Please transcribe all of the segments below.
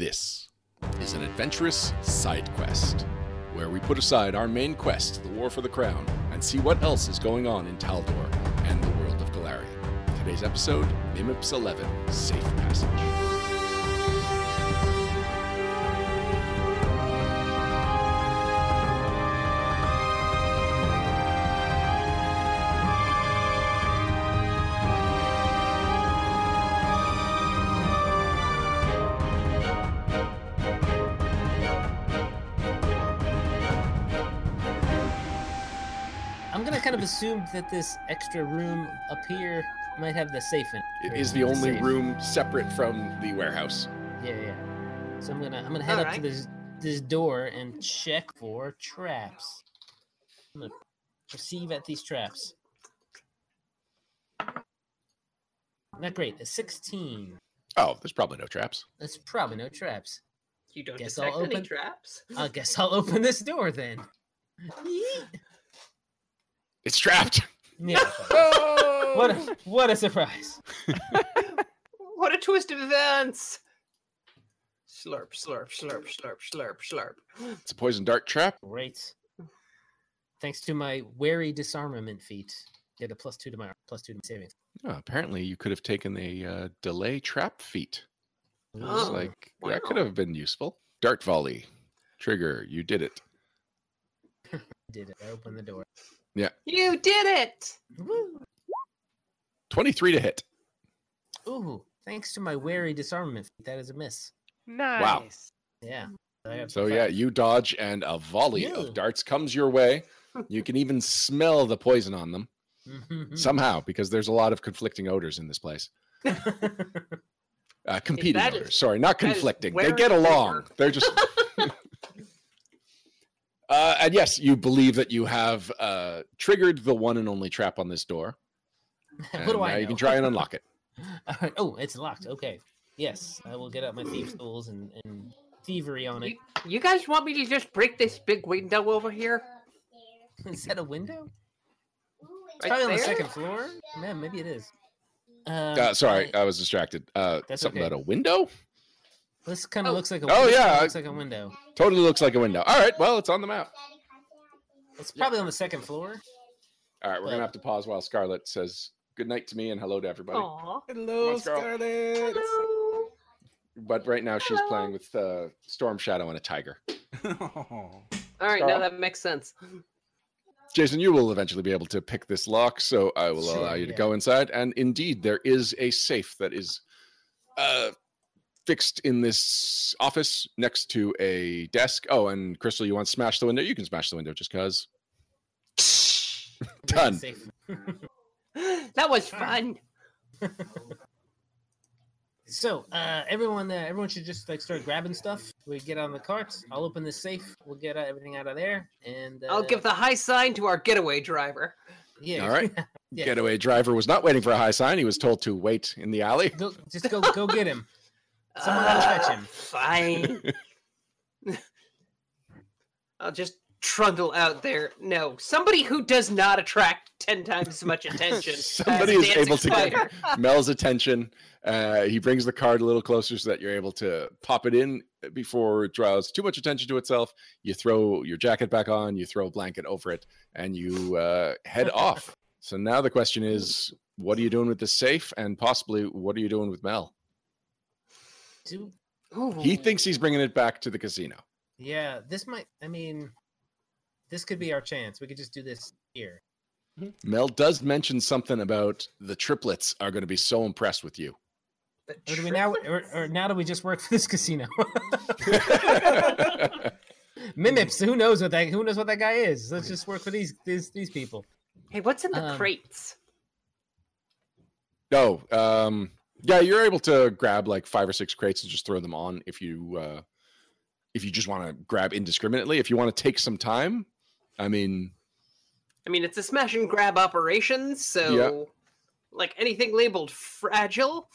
This is an adventurous side quest where we put aside our main quest, the War for the Crown, and see what else is going on in Taldor and the world of Galarian. Today's episode, Mimips 11, Safe Passage. I'm gonna kind of assume that this extra room up here might have the safe in. It or is the only safe. room separate from the warehouse. Yeah, yeah. So I'm gonna I'm gonna head up to Alright. this this door and check for traps. I'm gonna perceive at these traps. Not great. A 16. Oh, there's probably no traps. That's probably no traps. You don't Guess detect I'll any open- traps. I guess I'll open this door then. It's trapped. Yeah. What a, what a surprise. what a twist of events! Slurp, slurp, slurp, slurp, slurp, slurp. It's a poison dart trap. Great. Thanks to my wary disarmament feat, get a plus two to my plus two to my savings. Oh, apparently, you could have taken a uh, delay trap feat. It's Oh, like that could wow. have been useful. Dart volley, trigger. You did it. I did it. I opened the door. You did it! Woo. Twenty-three to hit. Ooh, thanks to my wary disarmament feat, that is a miss. Nice. Yeah. I have So five. yeah, you dodge and a volley of Ew. darts comes your way. You can even smell the poison on them Mhm. somehow because there's a lot of conflicting odors in this place. Uh, competing that odors. is- Sorry, not that is conflicting. They where get we along. work. They're just. uh, and yes, you believe that you have uh, triggered the one and only trap on this door. what do and, I uh, know? You can try and unlock it. Alright, oh, it's locked. Okay. Yes, I will get out my thieves' tools and, and thievery on it. You, you guys want me to just break this big window over here? is that a window? It's Right probably on the there? second floor. Yeah, maybe it is. Um, Uh, sorry, I- I was distracted. Uh, That's something okay. about a window? this kind of oh. looks like a. Oh, this kinda yeah, I- looks like a window. Totally looks like a window. All right, well, it's on the Oh. map. It's probably on the second floor. All right, we're going But- to have to pause while Scarlett says good night to me and hello to everybody. Aw. Hello, Let's go. Scarlet. Hello. But right now she's Hello. playing with uh, Storm Shadow and a tiger. All right, now Scar- that makes sense. Jason, you will eventually be able to pick this lock, so I will allow Sure, you to yeah. go inside. And indeed, there is a safe that is uh, fixed in this office next to a desk. Oh, and Crystal, you want to smash the window? You can smash the window just because. Done. Safe. That was fun. So, uh, everyone, uh, everyone should just like start grabbing stuff. We get on the carts. I'll open this safe. We'll get uh, everything out of there, and uh, I'll give the high sign to our getaway driver. yeah. All right. Yeah. Getaway driver was not waiting for a high sign. He was told to wait in the alley. Go, just go, go get him. Someone gotta fetch him. Fine. I'll just trundle out there. No, somebody who does not attract ten times as much attention. as Somebody a is dancing able to get- spider. Mel's attention. Uh, he brings the card a little closer so that you're able to pop it in before it draws too much attention to itself. You throw your jacket back on, you throw a blanket over it, and you uh, head off. So now the question is, what are you doing with the safe, and possibly what are you doing with Mel? Do- He Ooh. thinks he's bringing it back to the casino. yeah, this might. I mean, this could be our chance. We could just do this here. Mel does mention something about the triplets are going to be so impressed with you. The Or do we now? Or, triplets. or now do we just work for this casino? Mimips. Who knows what that? Who knows what that guy is? Let's just work for these these these people. Hey, what's in the Um, crates? No. Um, yeah, you're able to grab like five or six crates and just throw them on if you uh, if you just want to grab indiscriminately. If you want to take some time, I mean, I mean, it's a smash and grab operation, so like anything labeled fragile.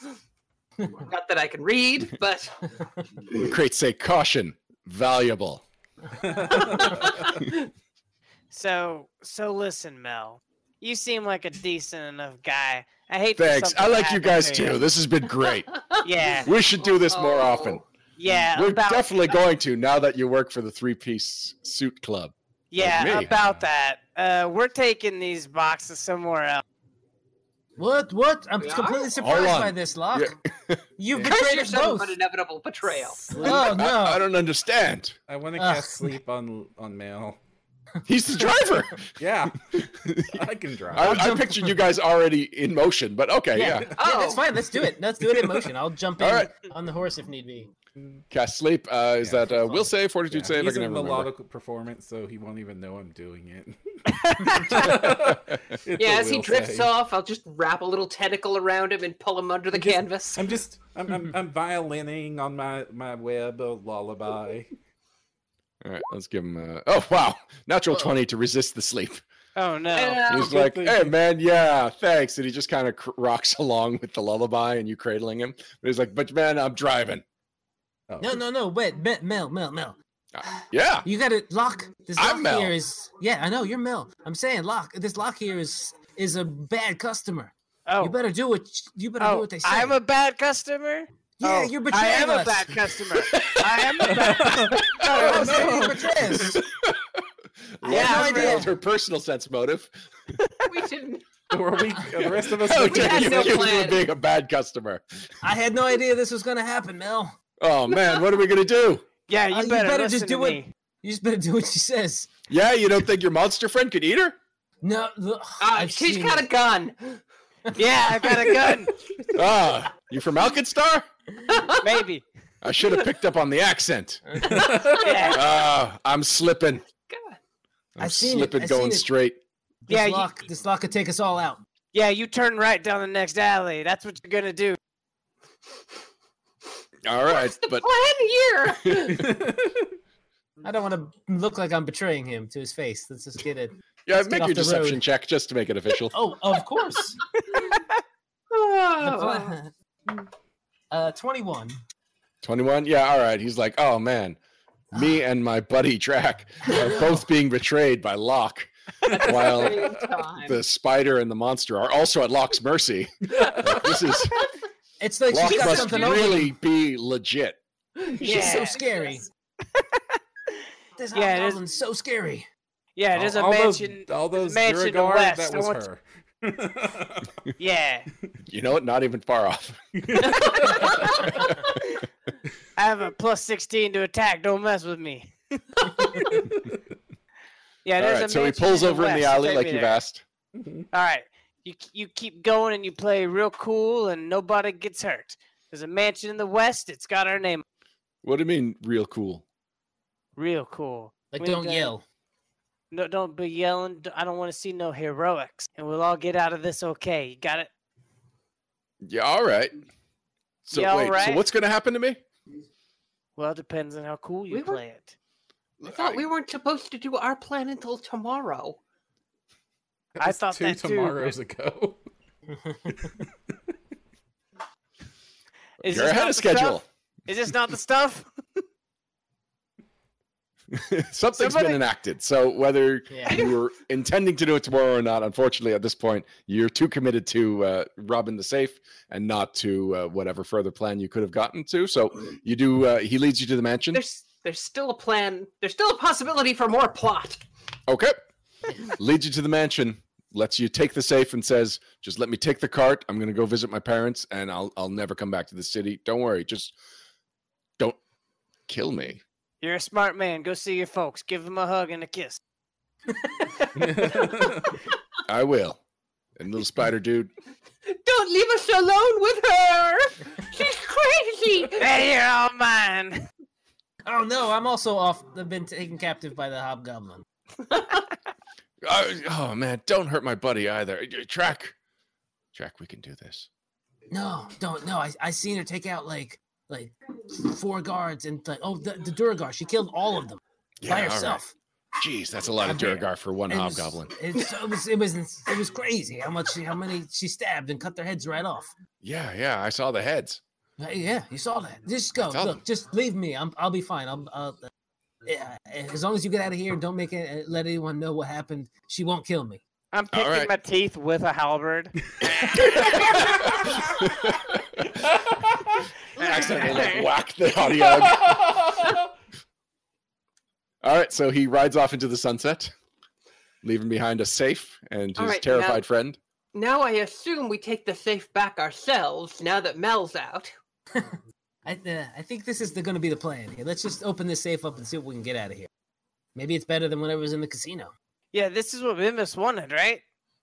Not that I can read, but the crates say caution, valuable. So, so listen, Mel. You seem like a decent enough guy. I hate. for Thanks. something I to like you happen guys to you. too. This has been great. Yeah. We should do this more Oh, often. Yeah, We're about definitely going to now that you work for the three piece suit club. yeah me. about that. Uh, we're taking these boxes somewhere else. What? What? I'm Yeah. completely surprised on. by this, Locke. You've Yeah. Curse betrayed us yourself both. about inevitable betrayal. Oh I- I, no! don't understand. I want to Ugh. cast sleep on on mail. He's the driver. Yeah, I can drive. I, I pictured you guys already in motion, but okay, yeah. yeah, Oh. that's fine. Let's do it. Let's do it in motion. I'll jump in All right. on the horse if need be. Cast sleep. Uh, is Yeah, that uh, fun. will save, Yeah, fortitude save? I he's can a never remember. melodic performance, so he won't even know I'm doing it. It's Yeah, a as he will drifts save. off, I'll just wrap a little tentacle around him and pull him under the Just- canvas. I'm just I'm I'm, I'm violining on my my web a lullaby. All right, let's give him. A... Oh wow, natural Uh-oh. twenty to resist the sleep. Oh no. uh, Yeah. He's good like, thing "Hey you- man, yeah, thanks," and he just kind of cr- rocks along with the lullaby and you cradling him. But he's like, "But man, I'm driving." Oh. No, no, no. Wait, Mel, Mel, Mel, Mel. Yeah, You got it, Locke. This I'm lock Mel. here is. Yeah, I know you're Mel. I'm saying Locke. This Locke here is is a bad customer. oh, You better do what you better do oh what they say. I'm a bad customer. yeah, Oh, you're I betraying am us. a bad customer. I am a bad. I'm no, saying no. you betrayed us. Locke Yeah, revealed right. her personal sense motive. we didn't. Were we the rest of us? How were We dare had you Oh, no accuse me plan. of being a bad customer? I had no idea this was gonna happen, Mel. Oh man, what are we gonna do? Yeah, Uh, you you better, better just listen do to it. me. You just better do what she says. Yeah, you don't think your monster friend could eat her? No, look, Uh, I've she's seen got it. a gun. Yeah, I got a gun. Ah, you from Alkenstar? Maybe. I should have picked up on the accent. Yeah. Ah, I'm slipping. God. I'm I've seen it, slipping, I've seen going it. straight. This Yeah, you- lock, this lock could take us all out. Yeah, you turn right down the next alley. That's what you're gonna do. All right, What's the but plan here? I don't want to look like I'm betraying him to his face. Let's just get it. yeah, Let's get make off your the deception road. check just to make it official. Oh, of course. The Oh. pla- uh, twenty-one. 21 yeah all right he's like oh man me Ah. and my buddy Drac are both being betrayed by Locke, while Same time. the spider and the monster are also at Locke's mercy. Like, this is It's like Locke she's got must something over. really be legit. She's so Yeah. scary. This Yeah, it is- hobgoblin's so scary. Yeah, there's a all mansion. Those, all those mansion in Durgar, West. That I was want- her. Yeah, You know what? Not even far off. I have a plus 16 to attack. Don't mess with me. yeah, All there's a right, so he mansion pulls in over in the west. alley Take like me you've there. asked. All right, you you keep going and you play real cool and nobody gets hurt. There's a mansion in the west. It's got our name. What do you mean, real cool? Real cool. Like, We don't got- yell. No, don't be yelling. D- I don't want to see no heroics. And we'll all get out of this okay. You got it? Yeah, all right. So Yeah, all wait, so right. what's going to happen to me? Well, depends on how cool you We were- play it. I thought we weren't supposed to do our plan until tomorrow. That I was thought two that too, but- tomorrows ago. Is You're this ahead not of the stuff? schedule. Is this not the stuff? Something's Somebody- been enacted. So whether Yeah. you were intending to do it tomorrow or not, unfortunately, at this point, you're too committed to uh, robbing the safe and not to uh, whatever further plan you could have gotten to. So you do. Uh, he leads you to the mansion. There's there's still a plan. There's still a possibility for more plot. Okay. leads you to the mansion. Lets you take the safe and says, "Just let me take the cart. I'm going to go visit my parents, and I'll I'll never come back to the city. Don't worry. Just don't kill me." You're a smart man. Go see your folks. Give them a hug and a kiss. I will. And little spider dude, Don't leave us alone with her. She's crazy. Hey, you're all mine. Oh no, I'm also off. I've been taken captive by the hobgoblin. Uh, oh man, don't hurt my buddy either. Uh, Track, track, we can do this. No, don't. No, I I seen her take out like like four guards and like oh the, the Duragar. She killed all of them by all right. herself. Jeez, that's a lot of I mean, Duragar for one It was- hobgoblin. it's- It was, it was it was crazy how much how many she stabbed and cut their heads right off. Yeah, yeah, I saw the heads. Uh, Yeah, you saw that. Just go. saw Look, them. just leave me. I'm. I'll be fine. I'm. I'll, uh, yeah, as long as you get out of here, don't make it. uh, Let anyone know what happened. She won't kill me. I'm picking right. my teeth with a halberd. All accidentally like whack the audio. All right, so he rides off into the sunset, leaving behind a safe and All his right, terrified now- friend. Now I assume we take the safe back ourselves now that Mel's out. I, uh, I think this is going to be the plan. Here, let's just open this safe up and see what we can get out of here. Maybe it's better than whatever's in the casino. Yeah, this is what Bimbus wanted, right?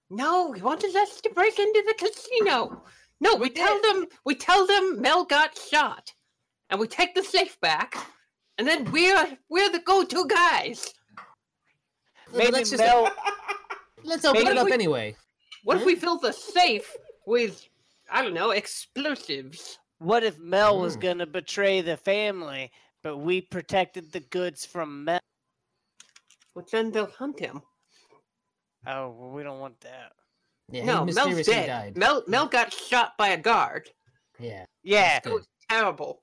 No, he wanted us to break into the casino. No, we, tell them we tell them Mel got shot. And we take the safe back. And then we're we're the go-to guys. Maybe let's just Mel. let's open maybe it up we- anyway. What if we fill the safe with I don't know, explosives? What if Mel was Mm. gonna betray the family, but we protected the goods from Mel? But then they'll hunt him. Oh, well, we don't want that. Yeah, no, he Mel's mysteriously dead. died. Mel Mel got shot by a guard. yeah, Yeah, good. Terrible.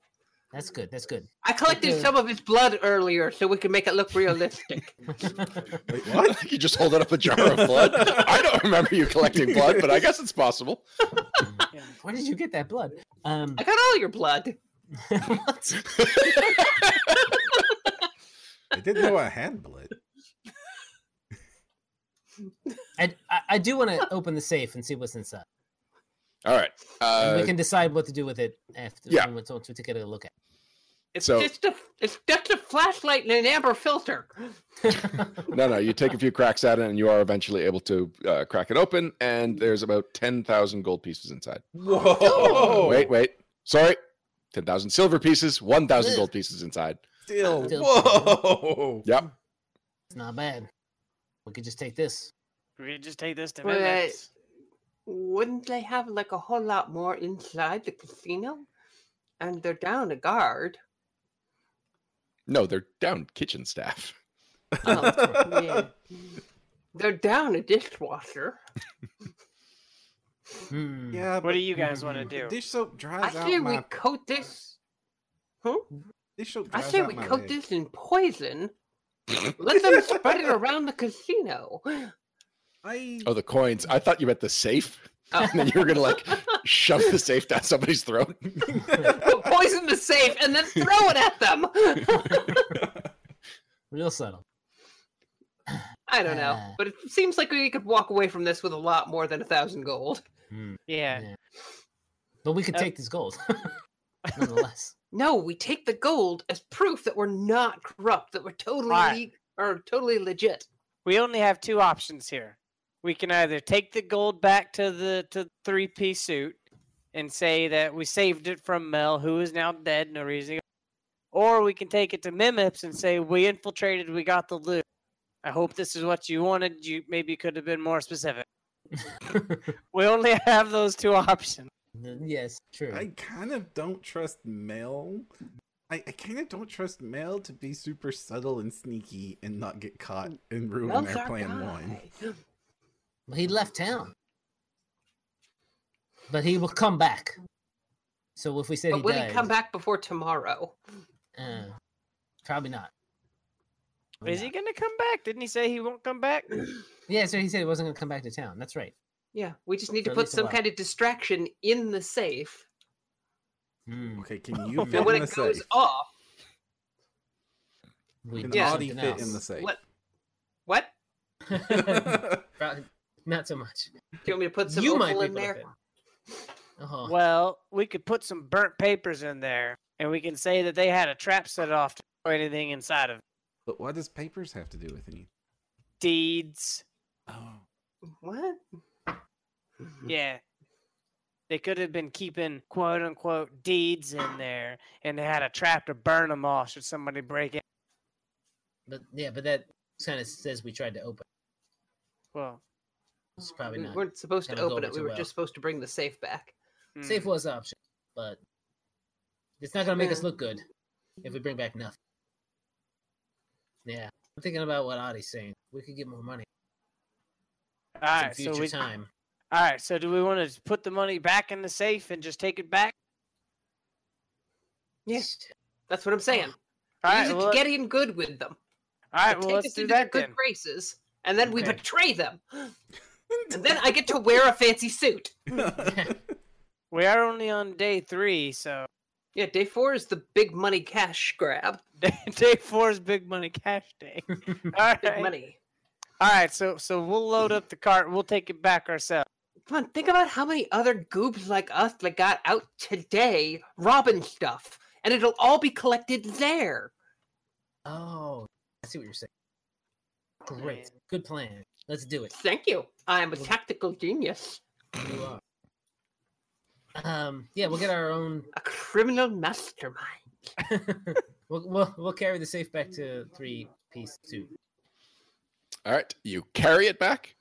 that's good. That's good. I collected Okay. some of his blood earlier so we can make it look realistic. Wait, what? What? you just hold up a jar of blood? I don't remember you collecting blood, but I guess it's possible. Where did you get that blood? Um, I got all your blood. what? I didn't know I had blood. I, I, I do want to open the safe and see what's inside. All right. And Uh, we can decide what to do with it after yeah. when we're told to take a look at. It's So- just a it's just a flashlight and an amber filter. no, no, you take a few cracks at it, and you are eventually able to uh, crack it open, and there's about 10,000 gold pieces inside. Whoa! Wait, wait. Sorry. 10,000 silver pieces, 1,000 Ugh. gold pieces inside. Still. Still- Whoa! Yep. It's not bad. We could just take this. we could just take this to Wait. Bimbus. Wouldn't they have like a whole lot more inside the casino? And they're down a guard. No, they're down kitchen staff. Oh, yeah. They're down a dishwasher. Hmm. Yeah. What do you guys want to do? Dish soap I dries say out we my. coat this. Dish soap I dries say out we my coat leg. this in poison. Let them spread it around the casino. I. Oh, the coins. I thought you meant the safe. Oh. And then you were going to like shove the safe down somebody's throat. Poison the safe and then throw it at them. Real subtle. I don't know, Uh. but it seems like we could walk away from this with a lot more than a thousand gold. Hmm. Yeah. Yeah. But we could Uh, take this gold. Nonetheless. No, we take the gold as proof that we're not corrupt, that we're totally Right. le- or totally legit. We only have two options here. We can either take the gold back to the to three piece suit and say that we saved it from Mel, who is now dead, no reason. Or we can take it to Mimips and say we infiltrated, we got the loot. I hope this is what you wanted. You maybe could have been more specific. We only have those two options. yes, true. I kind of don't trust Mel. I, I kind of don't trust Mel to be super subtle and sneaky and not get caught and ruin Mel's their our plan one. guy. Well, he left town. But he will come back. So if we said But he will died, he come back before tomorrow? Uh, probably not. Probably Is he not. gonna come back? Didn't he say he won't come back? Yeah, so he said he wasn't going to come back to town. That's right. Yeah, we just need For to at put least a some while. kind of distraction in the safe, Hmm. Okay, can you fit and when in the it goes safe? off, We Can do Yeah. Audie something fit in the else. safe? what? What? Probably not so much. Do you want me to put some you might opal be in there? Oh, Well, we could put some burnt papers in there, and we can say that they had a trap set off to throw anything inside of it. but what does papers have to do with anything? deeds. Oh, What? Mm. Yeah. They could have been keeping quote unquote deeds in there and they had a trap to burn them all should somebody break it. but yeah, but that kind of says we tried to open. Well, It's probably we not. weren't supposed to Gonna go open over it. We too were well. just supposed to bring the safe back. Safe mm, was an option, but it's not going to make us Yeah. look good if we bring back nothing. Yeah, I'm thinking about what Adi's saying. We could get more money. all some right, future so we, all time. right, so do we want to put the money back in the safe and just take it back? Yes, that's what I'm saying. All right, Use it well, to get in good with them. all I right, well take let's us do into their that good then. graces, and then we Okay. betray them, and then I get to wear a fancy suit. We are only on day three, so Yeah, day four is the big money cash grab. Day, day four is big money cash day. All Big right. money. All right. So so we'll load up the cart. We'll take it back ourselves. Come on, think about how many other goobs like us that got out today robbing stuff, and it'll all be collected there. Oh, I see what you're saying. Great, Yeah. good plan. Let's do it. Thank you. I am a tactical genius, You are. Um, yeah, we'll get our own. a criminal mastermind. we'll, we'll we'll carry the safe back to three piece two. All right, you carry it back.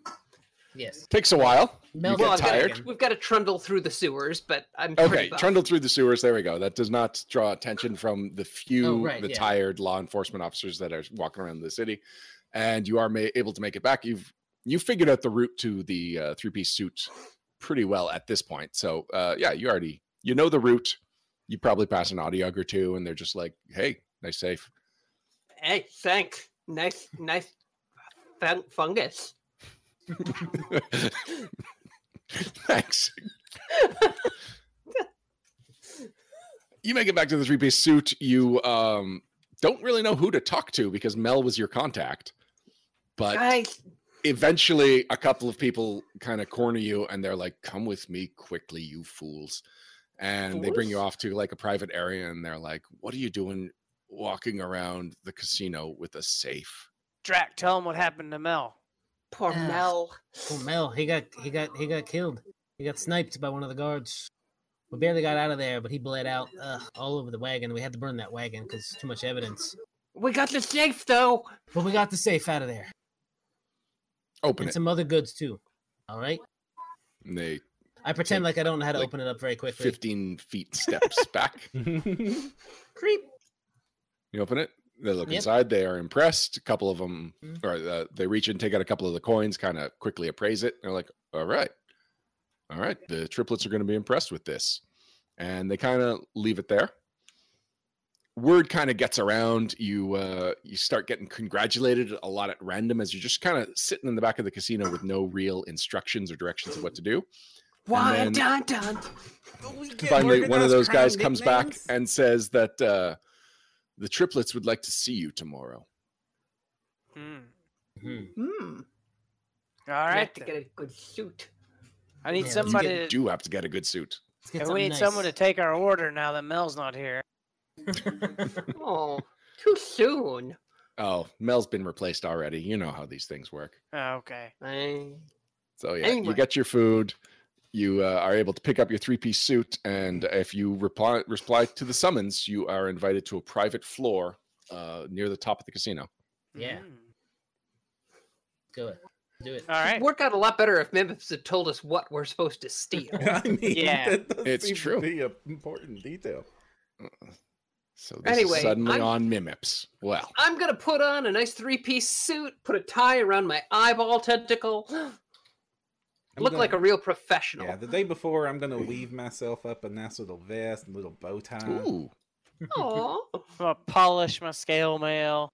Yes. Takes a while. Mel- you get Well, I've got it tired. again. We've got to trundle through the sewers, but I'm pretty Okay, buff. trundle through the sewers. There we go. That does not draw attention from the few, Oh, right, the yeah. tired law enforcement officers that are walking around the city, and you are ma- able to make it back. You've you figured out the route to the uh, three piece suit pretty well at this point. So uh, yeah, you already you know the route. You probably pass an audiog or two, and they're just like, "Hey, nice safe." Hey, thanks. Nice, nice fun- fungus. Thanks. you make it back to the three piece suit. You um, don't really know who to talk to because Mel was your contact. But Guys, eventually, a couple of people kind of corner you and they're like, come with me quickly, you fools. And they bring you Fools? off to like a private area and they're like, what are you doing walking around the casino with a safe? Drac, tell him what happened to Mel. poor Yeah. Mel. Oh, Mel, he got he got he got killed. He got sniped by one of the guards. We barely got out of there, but he bled out uh, all over the wagon. We had to burn that wagon because too much evidence. We got the safe though. But we got the safe out of there Open and it. some other goods too. All right. And they I pretend like I don't know how to like open it up very quickly. 15 feet steps back. Creep. You open it. They look Yep. inside. They are impressed. A couple of them, Mhm. or uh, they reach in, take out a couple of the coins, kind of quickly appraise it. They're like, "All right, all right." The triplets are going to be impressed with this, and they kind of leave it there. Word kind of gets around. You uh, you start getting congratulated a lot at random as you're just kind of sitting in the back of the casino with no real instructions or directions of what to do. Why then- dun dun? Finally, one of those guys comes back and says that uh, the triplets would like to see you tomorrow. Hmm. Mhm. Hmm. All All right. right. To then. get a good suit. I need Yeah, let's get somebody. you to- do have to get a good suit. Let's get and we something need someone to nice. take our order now that Mel's not here. Oh, too soon. Oh, Mel's been replaced already. You know how these things work. Oh, okay. I... So yeah, you Anyway. get your food. You uh, are able to pick up your three-piece suit, and if you reply reply to the summons, you are invited to a private floor uh, near the top of the casino. Yeah. Mm. Go it. Do it. All right. Work out a lot better if Memphis had told us what we're supposed to steal. I mean, Yeah. that does It's seem true. To be an important detail. So this Anyway, is suddenly I'm- on Mimips. Well, I'm gonna put on a nice three-piece suit, put a tie around my eyeball tentacle, I'm look gonna- like a real professional. Yeah, the day before, I'm gonna weave myself up a nice little vest and little bow tie. ooh, Aw. I'm gonna polish my scale mail.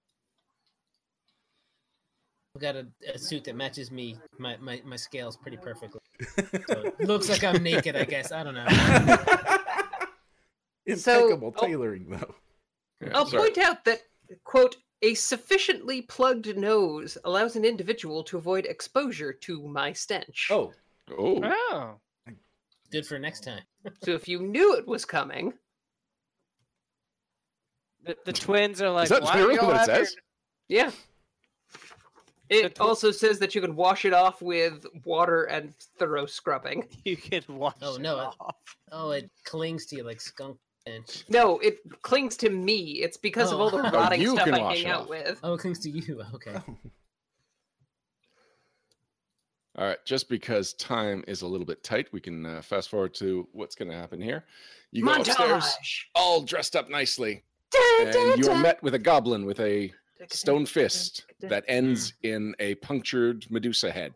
I've got a, a suit that matches me my, my, my scales pretty perfectly. So it looks like I'm naked, I guess. I don't know. Impeccable oh. tailoring, though. yeah, I'll sorry. Oh, point out that, quote, a sufficiently plugged nose allows an individual to avoid exposure to my stench. Oh, Oh, Oh. Good for next time. So if you knew it was coming, The, the twins are like, is that why literally y'all what it have your- says? yeah. It tw- also says that you can wash it off with water and thorough scrubbing. You could wash Oh, it no, I- off. Oh, it clings to you like skunk bench. No, it clings to me. It's because of all Oh. the Oh, rotting you stuff can I wash hang it out off. with. Oh, it clings to you. Okay. All right, just because time is a little bit tight, we can uh, fast forward to what's going to happen here. You go upstairs, Montage. all dressed up nicely. Dun, dun, and you are dun. met with a goblin with a Dun, stone dun, fist dun, that ends in a punctured Medusa head.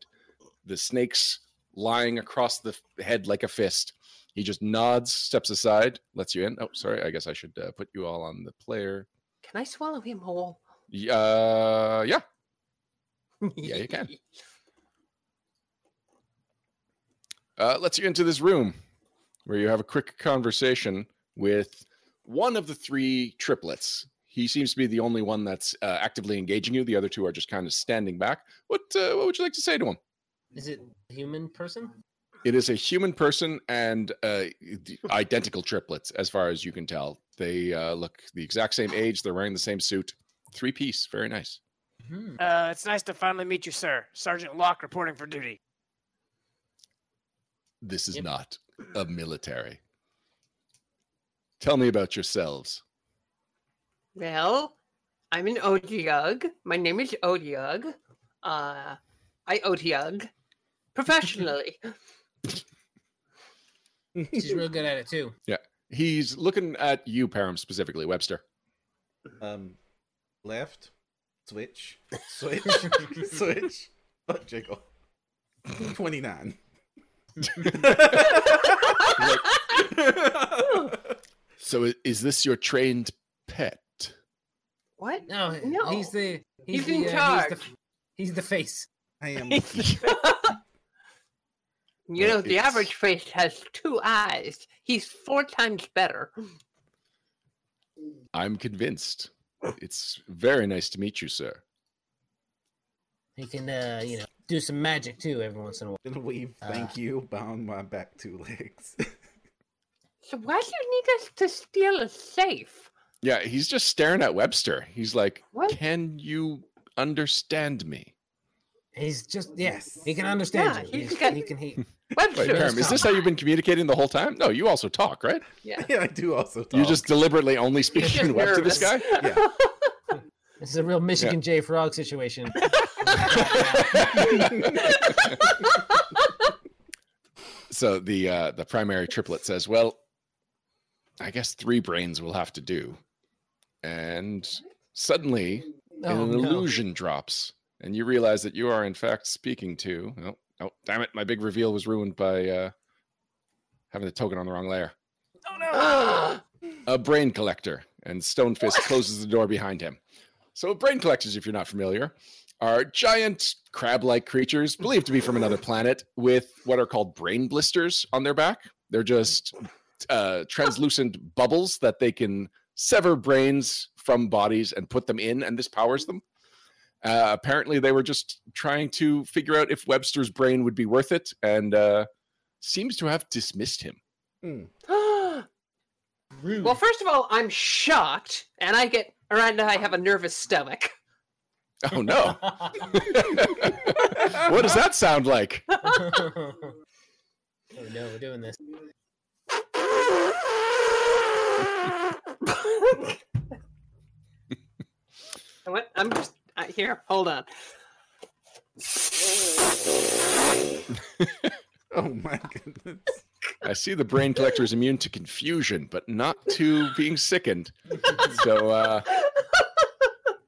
The snake's lying across the f- head like a fist. He just nods, steps aside, lets you in. Oh, sorry. I guess I should uh, put you all on the player. Can I swallow him whole? Y- Uh, yeah. Yeah, you can. Uh, lets you into this room where you have a quick conversation with one of the three triplets. He seems to be the only one that's uh, actively engaging you. The other two are just kind of standing back. What uh, what would you like to say to him? Is it a human person? It is a human person and uh, the identical triplets, as far as you can tell. They uh, look the exact same age. They're wearing the same suit, three piece. Very nice. Hmm. Uh, it's nice to finally meet you, sir. Sergeant Locke reporting for duty. This is Yep. not a military. Tell me about yourselves. Well, I'm an Odiug. My name is Odiug. Uh, I Odiug professionally. She's real good at it too. He's looking at you, Param, specifically, Webster. Um, left, switch, switch, switch. Oh, jiggle. Twenty nine. So, i- is this your trained pet? what? No, h- No. he's the He's in the, uh, charge. he's, the, f- he's the face. I am. you Well, know, the it's- average face has two eyes. He's four times better. I'm convinced. It's very nice to meet you, sir. He can uh, you know do some magic too every once in a while. Gonna wave. Thank Ah. you. Bound my back two legs. So why do you need us to steal a safe? Yeah, he's just staring at Webster. He's like, What? Can you understand me? He's just yeah, Yes. he can understand Yeah, you. he's He's- got- he can he Wait, Webster, Param, is this how you've been communicating the whole time? No, you also talk, right? Yeah. yeah, I do also. Talk. You just deliberately only speak just in Web to this guy? nervous. Yeah. This is a real Michigan J Frog situation. so the uh, the primary triplet says, "Well, I guess three brains will have to do." And suddenly, Oh, an no. illusion drops, and you realize that you are in fact speaking to. Oh, oh damn it! My big reveal was ruined by uh, having the token on the wrong layer. Oh, Ugh. A brain collector, and Stonefist closes the door behind him. So, brain collectors, if you're not familiar, are giant crab-like creatures believed to be from another planet with what are called brain blisters on their back. They're just uh, translucent bubbles that they can sever brains from bodies and put them in, and this powers them. Uh, apparently, they were just trying to figure out if Webster's brain would be worth it, and uh, seems to have dismissed him. Mm. Rude. well, first of all, I'm shocked, and I get around. I have a nervous stomach. Oh no! what does that sound like? oh no, we're doing this. I went, I'm just I, here. Hold on. Oh my goodness. I see the brain collector is immune to confusion, but not to being sickened. So uh,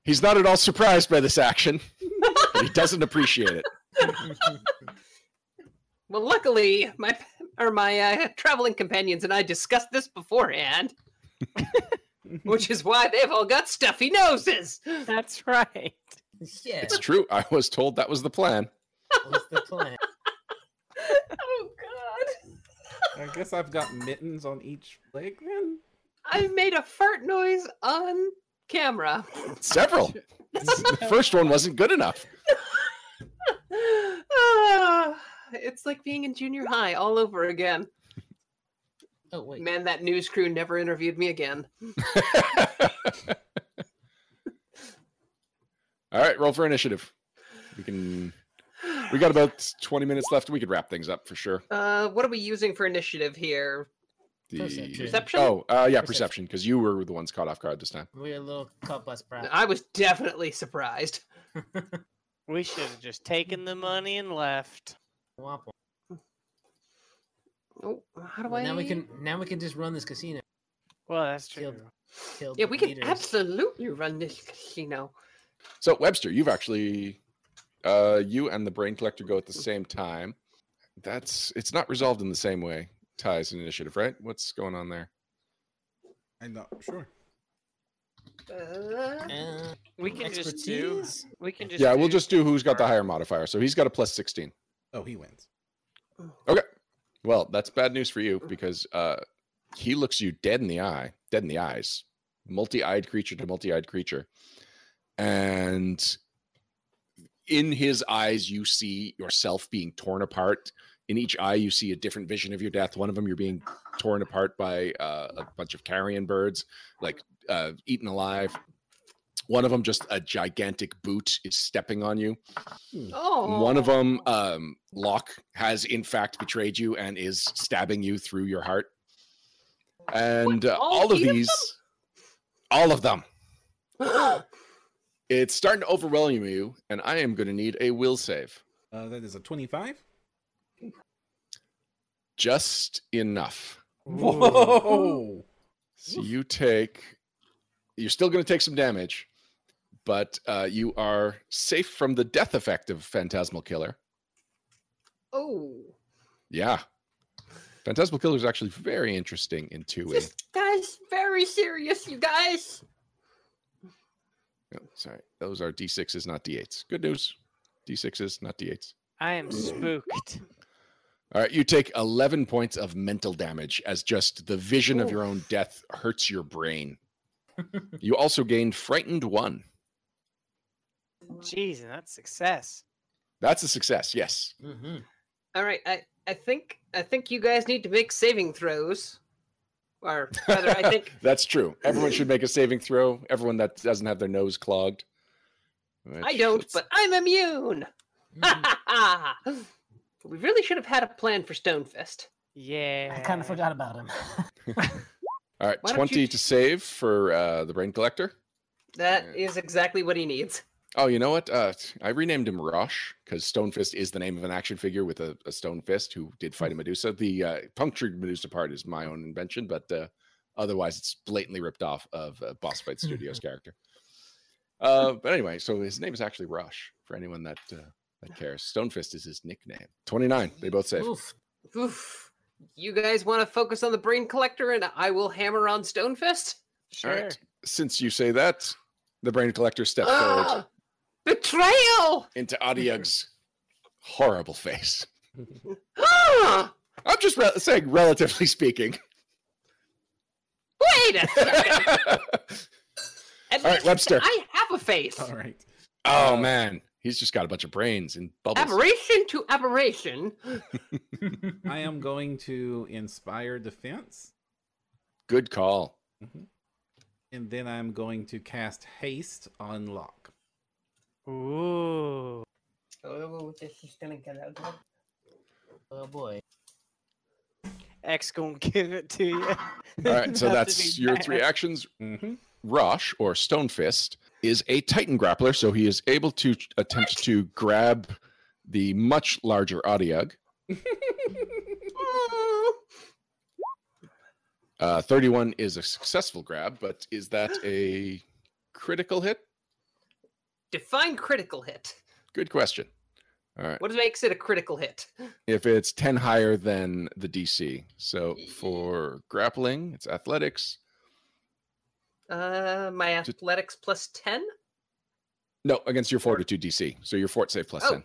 he's not at all surprised by this action. but he doesn't appreciate it. Well, luckily, my p- or my uh, traveling companions and I discussed this beforehand, which is why they've all got stuffy noses. That's right. yeah, It's true. I was told that was the plan. what's the plan? Oh God! I guess I've got mittens on each leg then. I made a fart noise on camera. Several. The first one wasn't good enough. Ah, it's like being in junior high all over again. Oh wait, Man, that news crew never interviewed me again. all right, roll for initiative. We can. We got about 20 minutes left. We could wrap things up for sure. Uh, what are we using for initiative here? The... Perception. Perception? Oh, uh, yeah, Perception. perception, because you were the ones caught off guard this time. we're a little caught by surprise. I was definitely surprised. We should have just taken the money and left. Womp womp. Oh, how do Well, I? now we can now we can just run this casino. Well, that's true. Killed, killed Yeah, we can leaders. absolutely run this casino. So Webster, you've actually uh you and the brain collector go at the same time. That's it's not resolved in the same way. Ties an initiative, right? What's going on there? I'm not sure. Uh, Uh, We can just do. expertise? We can just. yeah, we'll do- just do who's got the higher modifier. So he's got a plus 16. Oh, he wins. Well, that's bad news for you because uh He looks you dead in the eye, dead in the eyes, multi eyed creature to multi eyed creature. And in his eyes, you see yourself being torn apart. In each eye, you see a different vision of your death. One of them, you're being torn apart by uh, a bunch of carrion birds, like uh, eaten alive. One of them, just a gigantic boot, is stepping on you. Oh. One of them, um, Locke, has in fact betrayed you and is stabbing you through your heart. And uh, all all of eight of them? these, all of them, uh, them. it's starting to overwhelm you, and I am going to need a will save. Uh, that is a 25. Just enough. Whoa! So you take, you're still going to take some damage, but uh, you are safe from the death effect of Phantasmal Killer. oh. Yeah. Phantasmal Killer is actually very interesting in two ways. This guy's very serious, you guys. No, sorry. Those are D6s, not D8s. Good news. D6s, not D8s. I am spooked. All right. You take 11 points of mental damage as just the vision of your own death hurts your brain. you also gained Frightened One. Jeez, and that's success. That's a success. Yes. Mm-hmm. All right, I, I think I think you guys need to make saving throws, or rather, I think That's true. Everyone should make a saving throw. Everyone that doesn't have their nose clogged. I Which- don't, let's- but I'm immune. Hmm. we really should have had a plan for Stonefest. Yeah. I kind of forgot about him. All right. why don't 20 you- to save for uh, the Brain Collector. That Yeah. is exactly what he needs. Oh, you know what? Uh, I renamed him Rosh because Stonefist is the name of an action figure with a, a stone fist who did fight a Medusa. The uh, punctured Medusa part is my own invention, but uh, otherwise it's blatantly ripped off of uh, Boss Fight Studios character. Uh, but anyway, so his name is actually Rosh for anyone that uh, that cares. Stonefist is his nickname. Twenty nine. They both save. Oof. Oof. You guys want to focus on the brain collector, and I will hammer on Stonefest. Sure. All right. Since you say that, the Brain Collector steps forward Ah, betrayal! into Adiug's horrible face. Ah, I'm just re- saying, relatively speaking. wait a second. At All right, least Webster. I have a face. All right. Oh Uh, man, he's just got a bunch of brains and bubbles. Aberration to aberration. I am going to inspire defense, Good call. and then I'm going to cast haste on Locke. Ooh. Oh, this is gonna get out. Oh boy. X gonna give it to you. All right, so Not to that's be your bad. three actions. Mm-hmm. Rosh or Stonefist is a Titan grappler, so he is able to ch- attempt to grab the much larger Adiug. Mm, Uh, Thirty-one is a successful grab, but is that a critical hit? Define critical hit. Good question. All right, What makes it a critical hit? if it's ten higher than the DC, so for grappling, it's athletics. Uh, my Ju- athletics plus ten. No, against your fortitude DC, so your fort save plus Oh. ten.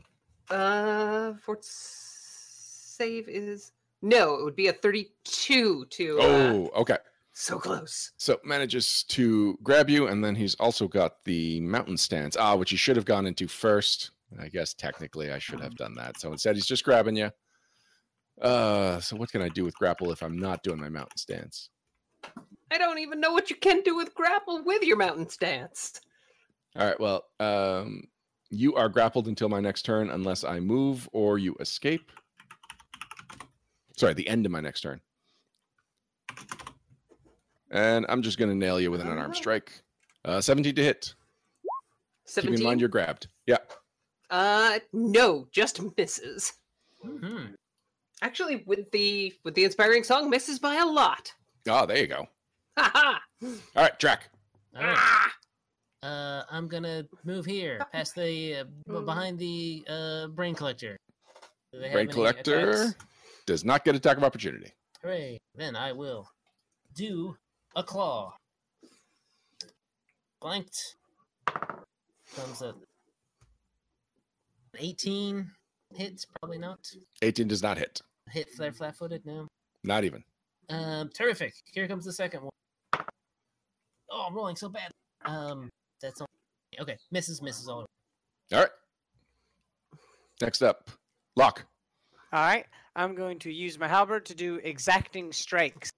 Uh, fort save is no. It would be a thirty-two to. Uh, Oh, okay. so close. So manages to grab you, and then he's also got the mountain stance. Ah, which he should have gone into first. I guess technically I should have done that. So instead he's just grabbing you. Uh so what can I do with grapple if I'm not doing my mountain stance? I don't even know what you can do with grapple with your mountain stance. All right, well, um you are grappled until my next turn unless I move or you escape. Sorry, the end of my next turn. And I'm just gonna nail you with an Uh-huh. unarmed strike. Uh 17 to hit. Seventeen. Keep in mind you're grabbed. Yeah. Uh, no, just misses. hmm Actually, with the with the inspiring song, misses by a lot. Oh, there you go. Ha ha! All right, track. All right. Ah! Uh, I'm gonna move here, past the uh, b- behind the uh, brain collector. Do they have Brain any collector attacks? does not get attack of opportunity. Hooray! Then I will do a claw. Blanked comes up. 18 hits, probably not. 18 does not hit. Hit flare flat footed, no. Not even. Um, terrific. Here comes the second one. Oh, I'm rolling so bad. Um, that's all. Okay, misses, misses all. All right. Next up, lock. All right, I'm going to use my halberd to do exacting strikes.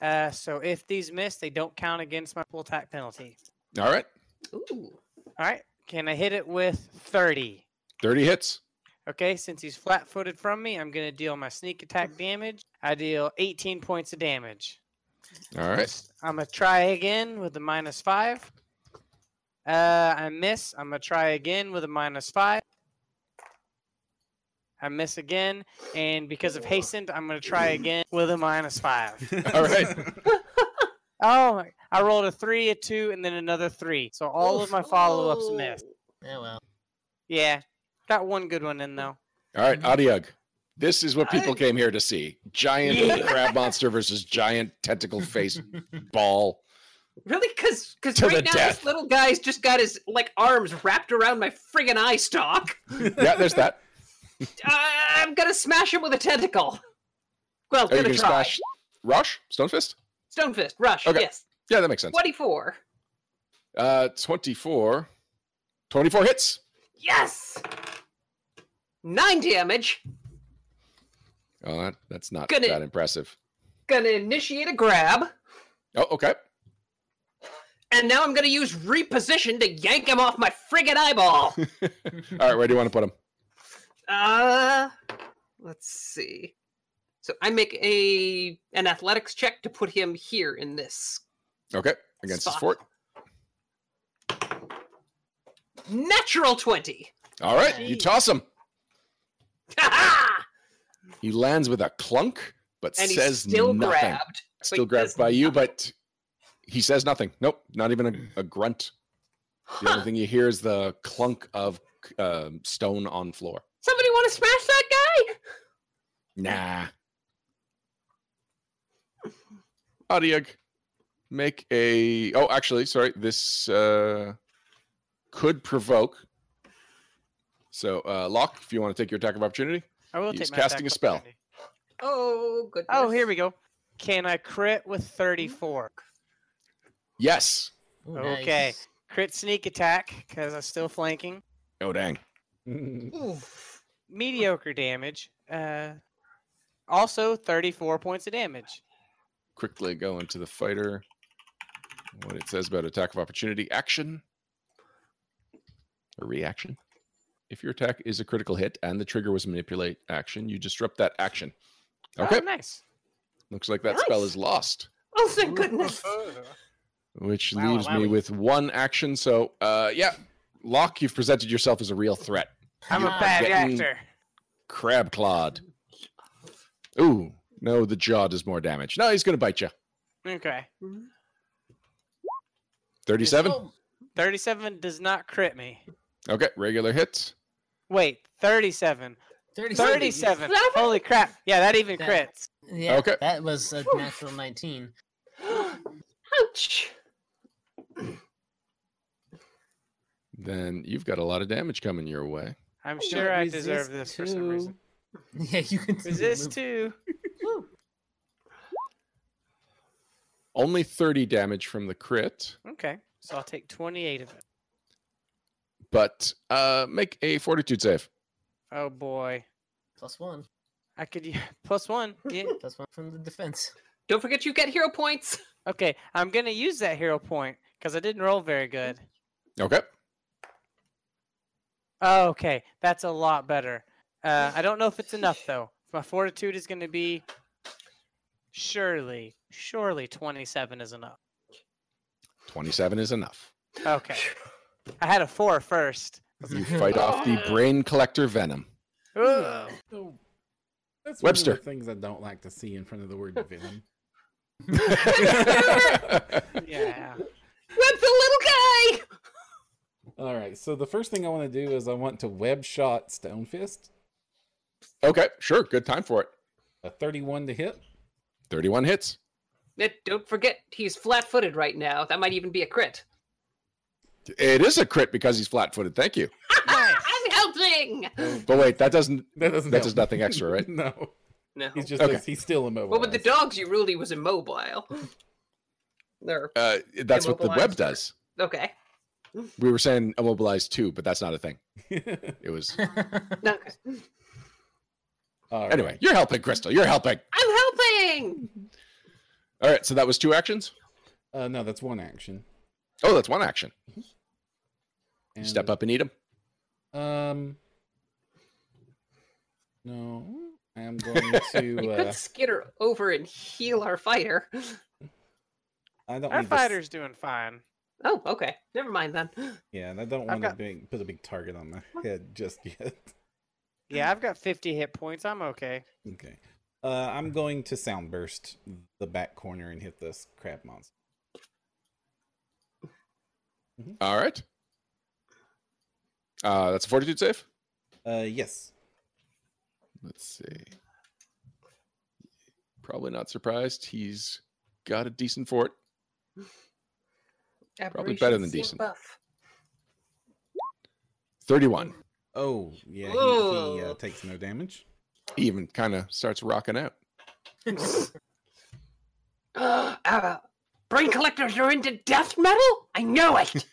Uh, so if these miss, they don't count against my full attack penalty. All right. Ooh. All right, can I hit it with 30? 30 hits. Okay, since he's flat footed from me, I'm going to deal my sneak attack damage. I deal 18 points of damage. All right. Let's- I'm gonna try again with the minus five. Uh, I miss. I'm gonna try again with a minus five. I miss again, and because of hastened, I'm gonna try again with a minus five. All right. Oh, my- I rolled a three, a two, and then another three. So all of my follow ups missed. Oh well. Yeah, got one good one in though. All right, Adiag. This is what people came here to see: giant Yeah. crab monster versus giant tentacle face ball. Really? Because because To the right now death. this little guy's just got his like arms wrapped around my friggin' eye stalk. Yeah, there's that. I- I'm gonna smash him with a tentacle. Are Well, you gonna gonna try. smash Rush Stone Fist? Stone fist, rush. Okay. Yes, Yeah, that makes sense. twenty-four. Uh, 24. 24 hits. Yes, nine damage. Oh, that, that's not Gonna- that impressive. Gonna initiate a grab, Oh, okay. and now I'm gonna use reposition to yank him off my friggin' eyeball. All right, where do you want to put him? Uh, let's see. So I make a an athletics check to put him here in this Okay, against his Spot. fort. natural twenty. All right, you Jeez. toss him. Ha-ha! He lands with a clunk, but and he's says still nothing. grabbed. Still Wait, grabbed does by you, not- but he says nothing. Nope, not even a, a grunt. The Huh. only thing you hear is the clunk of um, stone on floor. Somebody want to smash that guy? Nah. Adiag, make a. Oh, actually, sorry. This uh, could provoke. So, uh, Locke, if you want to take your attack of opportunity, I will He's take my attack casting a spell. opportunity. Oh goodness! Oh, here we go. Can I crit with 34? yes. Ooh, Okay. nice. Crit sneak attack because I'm still flanking. Oh, dang. Oof. mediocre damage. Uh, also 34 points of damage. Quickly go into the fighter. What it says about attack of opportunity action or reaction. If your attack is a critical hit and the trigger was manipulate action, you disrupt that action. Okay. Oh, nice. Looks like that spell Nice. is lost. Oh, thank goodness. which Wow, leaves me wowie. with one action. So, uh, yeah, Locke, you've presented yourself as a real threat. I'm a You're bad getting actor. Crab clawed. Ooh, no, the jaw does more damage. No, he's gonna bite you. Okay. Thirty-seven. Oh, 37 does not crit me. Okay, regular hit. Wait, 37. 37. 37. Seven? Holy crap. Yeah, that even Yeah. crits. Yeah, Okay. That was a natural 19. Ouch! Then you've got a lot of damage coming your way. I'm sure I deserve this for some reason. Yeah, you can see the Resist move. too. Only thirty damage from the crit, Okay. So I'll take 28 of it. but uh, make a fortitude save. Oh boy. Plus one. I could u- plus one. Yeah. Plus one from the defense. Don't forget you get hero points. Okay. I'm gonna use that hero point because I didn't roll very good. Okay. Oh, okay, that's a lot better. Uh, I don't know if it's enough though. My fortitude is going to be surely, surely twenty-seven is enough. Twenty-seven is enough. Okay, I had a four first. You fight off the brain collector venom. Oh. Ugh. So, that's Webster. One of the things I don't like to see in front of the word villain. yeah. That's a little guy. All right, so the first thing I want to do is I want to web shot Stonefist. okay, sure. Good time for it. A 31 to hit. Thirty-one hits. Eh, Don't forget he's flat-footed right now. That might even be a crit. It is a crit because he's flat-footed. Thank you. Nice. I'm helping. But wait, that doesn't That doesn't That help. does nothing extra, right? no. No. He's just Okay. he's- he's still immobile. Well, with the dogs, you really was immobile. There. Uh, that's what the web Immobilized. does. Okay. We were saying immobilized too, but that's not a thing. It was Okay. anyway. You're helping, Crystal. You're helping. I'm helping. All right. So that was two actions. Uh, no, that's one action. Oh, that's one action. And, Step up and eat him. Um. No, I'm going to. You Uh, could skitter over and heal our fighter. I don't. Our need this- fighter's doing fine. Oh, okay. Never mind then. Yeah, and I don't I've want to got- big put a big target on my head just yet. Yeah, I've got 50 hit points. I'm okay. okay. Uh, I'm going to sound burst the back corner and hit this crab monster. All right. Uh, that's a fortitude save. Uh, yes. Let's see. Probably not surprised. He's got a decent fort. Probably better Aberration than seal decent. Buff. 31. Oh, yeah. He, he uh, Ooh. takes no damage. He even kind of starts rocking out. uh, brain collectors are into death metal? I know it.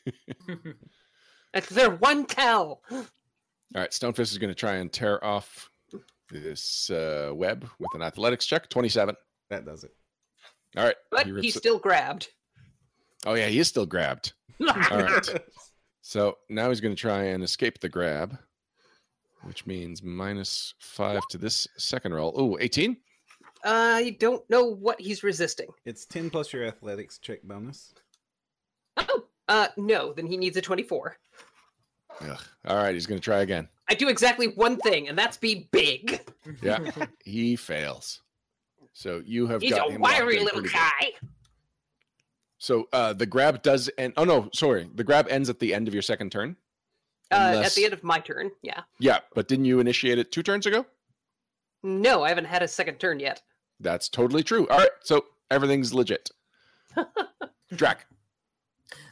That's their one tell. All right. Stonefist is going to try and tear off this uh, web with an athletics check. 27. That does it. All right. But he rips he's it- still grabbed. Uh, oh, yeah. He is still grabbed. All right. So now he's going to try and escape the grab, which means minus five to this second roll. Ooh, 18? I don't know what he's resisting. It's ten plus your athletics check bonus. Oh, uh, no, then he needs a 24. Ugh. All right. He's going to try again. I do exactly one thing, and that's be big. Yeah. He fails. So you have He's got a him locked wiry in little pretty good. guy. So uh, the grab does end. Oh no, sorry. The grab ends at the end of your second turn. Uh, at Unless- the end of my turn, yeah. Yeah, but didn't you initiate it two turns ago? No, I haven't had a second turn yet. That's totally true. All right, so everything's legit. Drac,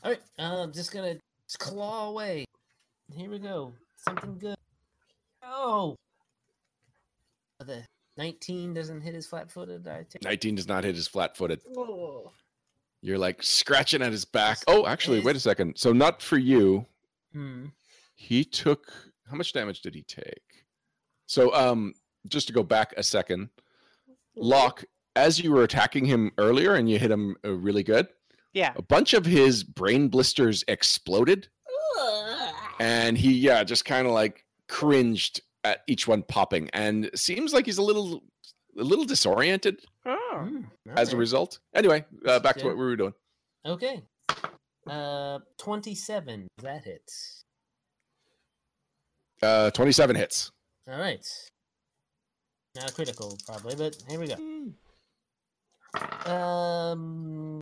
All right, uh, I'm just gonna just claw away. Here we go. Something good. Oh, Uh, the 19 doesn't hit his flat-footed. I take. nineteen does not hit his flat-footed. Oh. You're like scratching at his back. Oh, actually, wait a second. So not for you. Hmm. He took how much damage did he take? So um, just to go back a second, Locke, as you were attacking him earlier and you hit him uh, really good, Yeah. a bunch of his brain blisters exploded and he yeah just kind of like cringed at each one popping and seems like he's a little a little disoriented Oh. Hmm, as a alright. result anyway uh, back to Yeah. what we were doing Okay. Uh, 27. That hits. uh 27 hits All right. Not critical, probably, but here we go. Hmm. Um,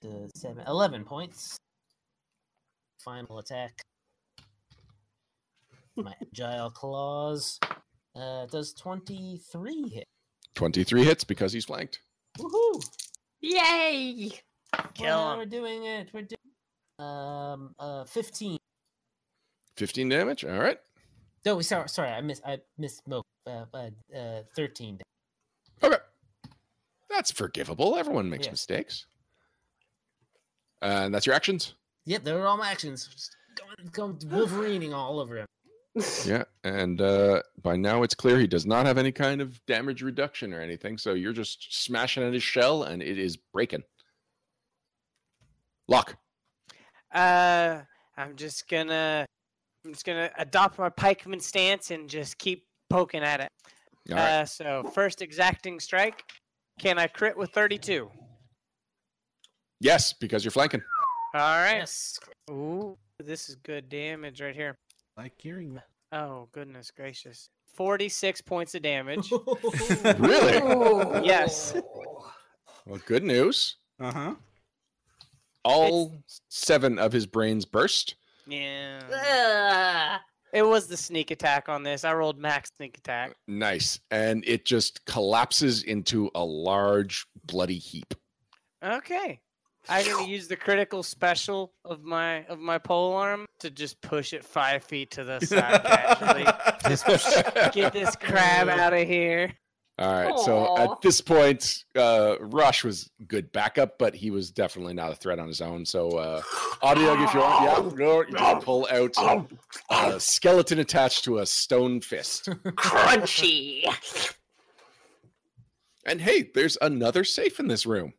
the seven, 11 points. Final attack. My agile claws. Uh, does 23 hit? 23 hits because he's flanked Woohoo! Yay! Kill Wow, him. We're doing it. We're doing Um, uh, 15. 15 damage all right No, we sorry, sorry, I miss, I missed Mo. Uh, uh, uh, 13. okay that's forgivable everyone makes Yeah. mistakes and that's your actions Yep, they were all my actions. Just going, going Wolverining all over him. yeah and uh by now it's clear he does not have any kind of damage reduction or anything so you're just smashing at his shell and it is breaking lock Uh, I'm just gonna, I'm just gonna adopt my pikeman stance and just keep poking at it. All right. Uh, so first exacting strike. Can I crit with 32? yes, because you're flanking. All right. Yes. Ooh, this is good damage right here. Like hearing that. Oh goodness gracious. 46 points of damage. Really? Yes. well, good news. Uh huh. All seven of his brains burst. yeah. Ugh. It was the sneak attack on this. I rolled max sneak attack. Nice. And it just collapses into a large bloody heap. Okay. I'm gonna use the critical special of my of my pole arm to just push it five feet to the side casually. Get this crab out of here. All right. So Aw. at this point, uh, Rush was good backup, but he was definitely not a threat on his own. So, uh, audio, if you want, yeah, no, you can pull out uh, a skeleton attached to a stone fist. Crunchy. And hey, there's another safe in this room.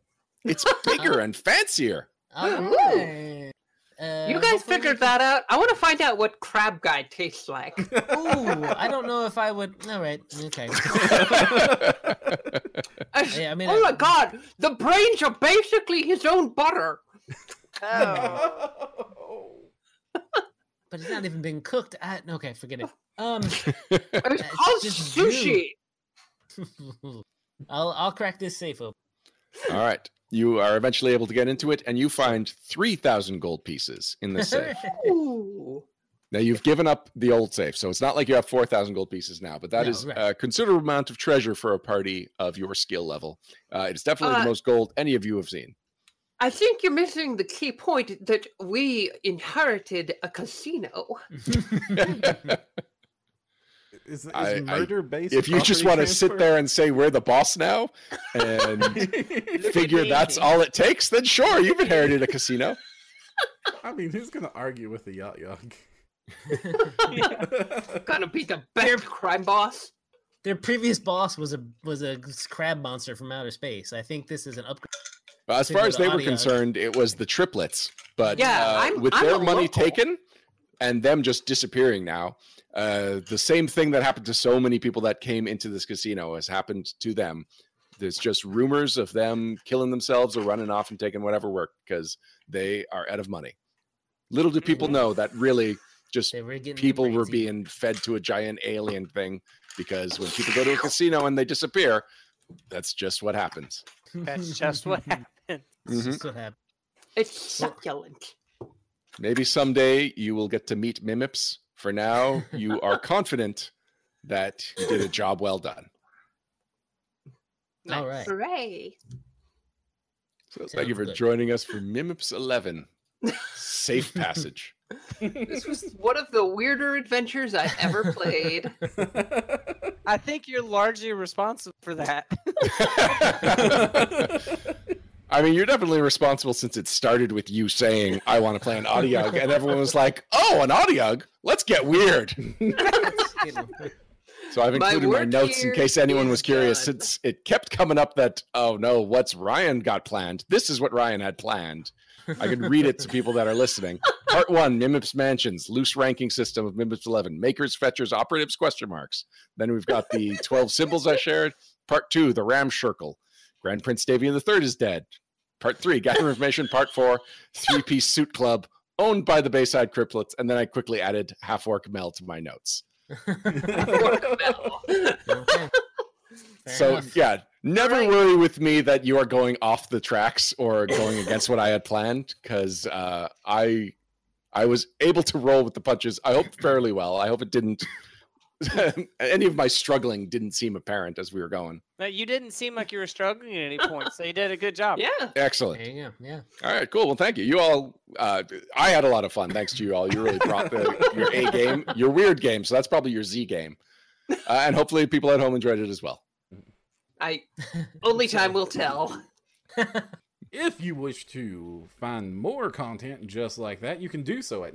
It's bigger and fancier. Alright. Uh, you guys hopefully we figured can- that out? I want to find out what crab guy tastes like. Ooh, I don't know if I would. All right, okay. Yeah, I mean, oh I- my god, the brains are basically his own butter. Oh. but it's not even been cooked. I, okay, forget it. Um, It's That's called just sushi. I'll I'll crack this safe open. All right. You are eventually able to get into it, and you find 3,000 gold pieces in this safe. Ooh. Now you've given up the old safe, so it's not like you have four thousand gold pieces now, but that No, is right. a considerable amount of treasure for a party of your skill level. Uh, it's definitely Uh, the most gold any of you have seen. I think you're missing the key point that we inherited a casino. Is, is I- I- murder based? if you just want to property sit there and say we're the boss now, and transfer? Look at figure me. that's all it takes, then sure, you've inherited a casino. I mean, who's gonna argue with the yacht yog? Gonna be the best crime boss. Their previous boss was a was a crab monster from outer space. I think this is an upgrade. Well, as Figure far as the they were audio. concerned, it was the triplets. But Yeah, uh, I'm- with I'm their a money local. taken and them just disappearing now, uh, the same thing that happened to so many people that came into this casino has happened to them. There's just rumors of them killing themselves or running off and taking whatever work because they are out of money. Little do people know that really just They were getting people were Mm-hmm. crazy. being fed to a giant alien thing because when people go to a casino and they disappear, that's just what happens. That's just what happened. That's Mhm. just what happened. It's succulent. Maybe someday you will get to meet Mimips. For now, you are confident that you did a job well done. All right. Hooray. So thank Sounds you for good. joining us for Mimips 11 Safe Passage. This was one of the weirder adventures I've ever played. I think you're largely responsible for that. I mean, you're definitely responsible since it started with you saying, I want to play an Audiog. And everyone was like, oh, an Audiog? Let's get weird. It's getting- So I've My included my, work notes in here case anyone is was curious, done. since it kept coming up that oh no, what's Ryan got planned? This is what Ryan had planned. I can read it to people that are listening. Part one: Mimips Mansions, loose ranking system of Mimips Eleven, makers, fetchers, operatives? Question marks. Then we've got the twelve symbols I shared. Part two: the Ram Circle. Grand Prince Davian the Third is dead. Part three: gather information. Part four: three-piece suit club. Owned by the Bayside Criplets, and then I quickly added half orc Mel to my notes. okay. Fair so enough. yeah, never Alright. worry with me that you are going off the tracks or going against what I had planned because uh, I I was able to roll with the punches. I hope fairly well. I hope it didn't. any of my struggling didn't seem apparent as we were going. No, you didn't seem like you were struggling at any point, so you did a good job. yeah. Excellent. there you go. Yeah. All right, cool. Well, thank you. You all, uh, I had a lot of fun. Thanks to you all. You really brought the, your A game, your weird game. So that's probably your Z game. Uh, and hopefully, people at home enjoyed it as well. I only time will tell. If you wish to find more content just like that, you can do so at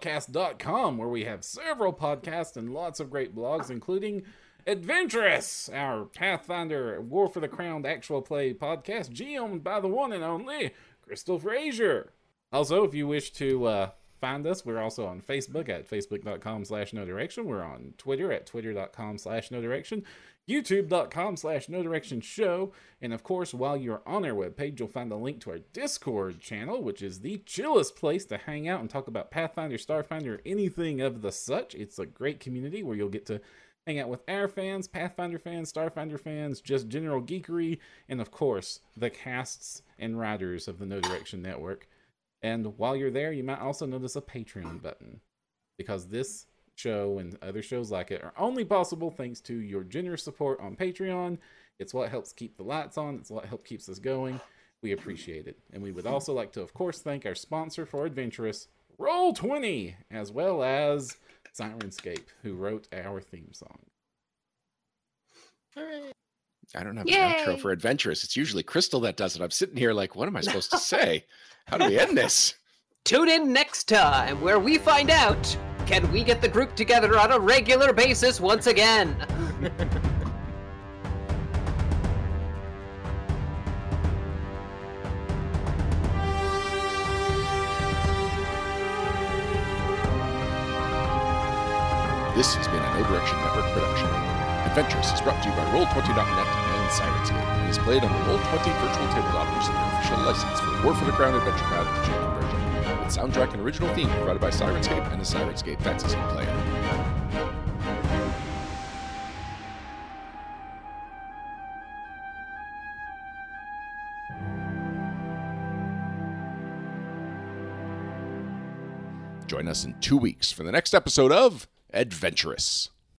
nodirectionpodcast.com, where we have several podcasts and lots of great blogs, including Adventurous, our Pathfinder War for the Crown actual play podcast, GM by the one and only Crystal Frazier. Also, if you wish to uh, find us, we're also on Facebook at facebook.com slash no direction. We're on Twitter at twitter.com slash no direction, youtube.com slash no direction show. And of course, while you're on our webpage, you'll find a link to our Discord channel, which is the chillest place to hang out and talk about Pathfinder, Starfinder, or anything of the such. It's a great community where you'll get to hang out with our fans, Pathfinder fans, Starfinder fans, just general geekery, and of course, the casts and writers of the No Direction Network. And while you're there, you might also notice a Patreon button because this show and other shows like it are only possible thanks to your generous support on Patreon. It's what helps keep the lights on, it's what helps keeps us going. We appreciate it. And we would also like to, of course, thank our sponsor for Adventurous, Roll20, as well as Sirenscape, who wrote our theme song. Hooray. I don't have an outro Yay. for adventurous. It's usually Crystal that does it. I'm sitting here like, what am I supposed to say? How do we end this? Tune in next time where we find out can we get the group together on a regular basis once again? This has been an No Direction Network production. Adventurous is brought to you by Roll20.net and Sirenscape and is played on the Roll20 virtual tabletop using the official license for War for the Crown Adventure Path to version, with soundtrack and original theme provided by Sirenscape and the Sirenscape Fantasy Player. Join us in two weeks for the next episode of Adventurous.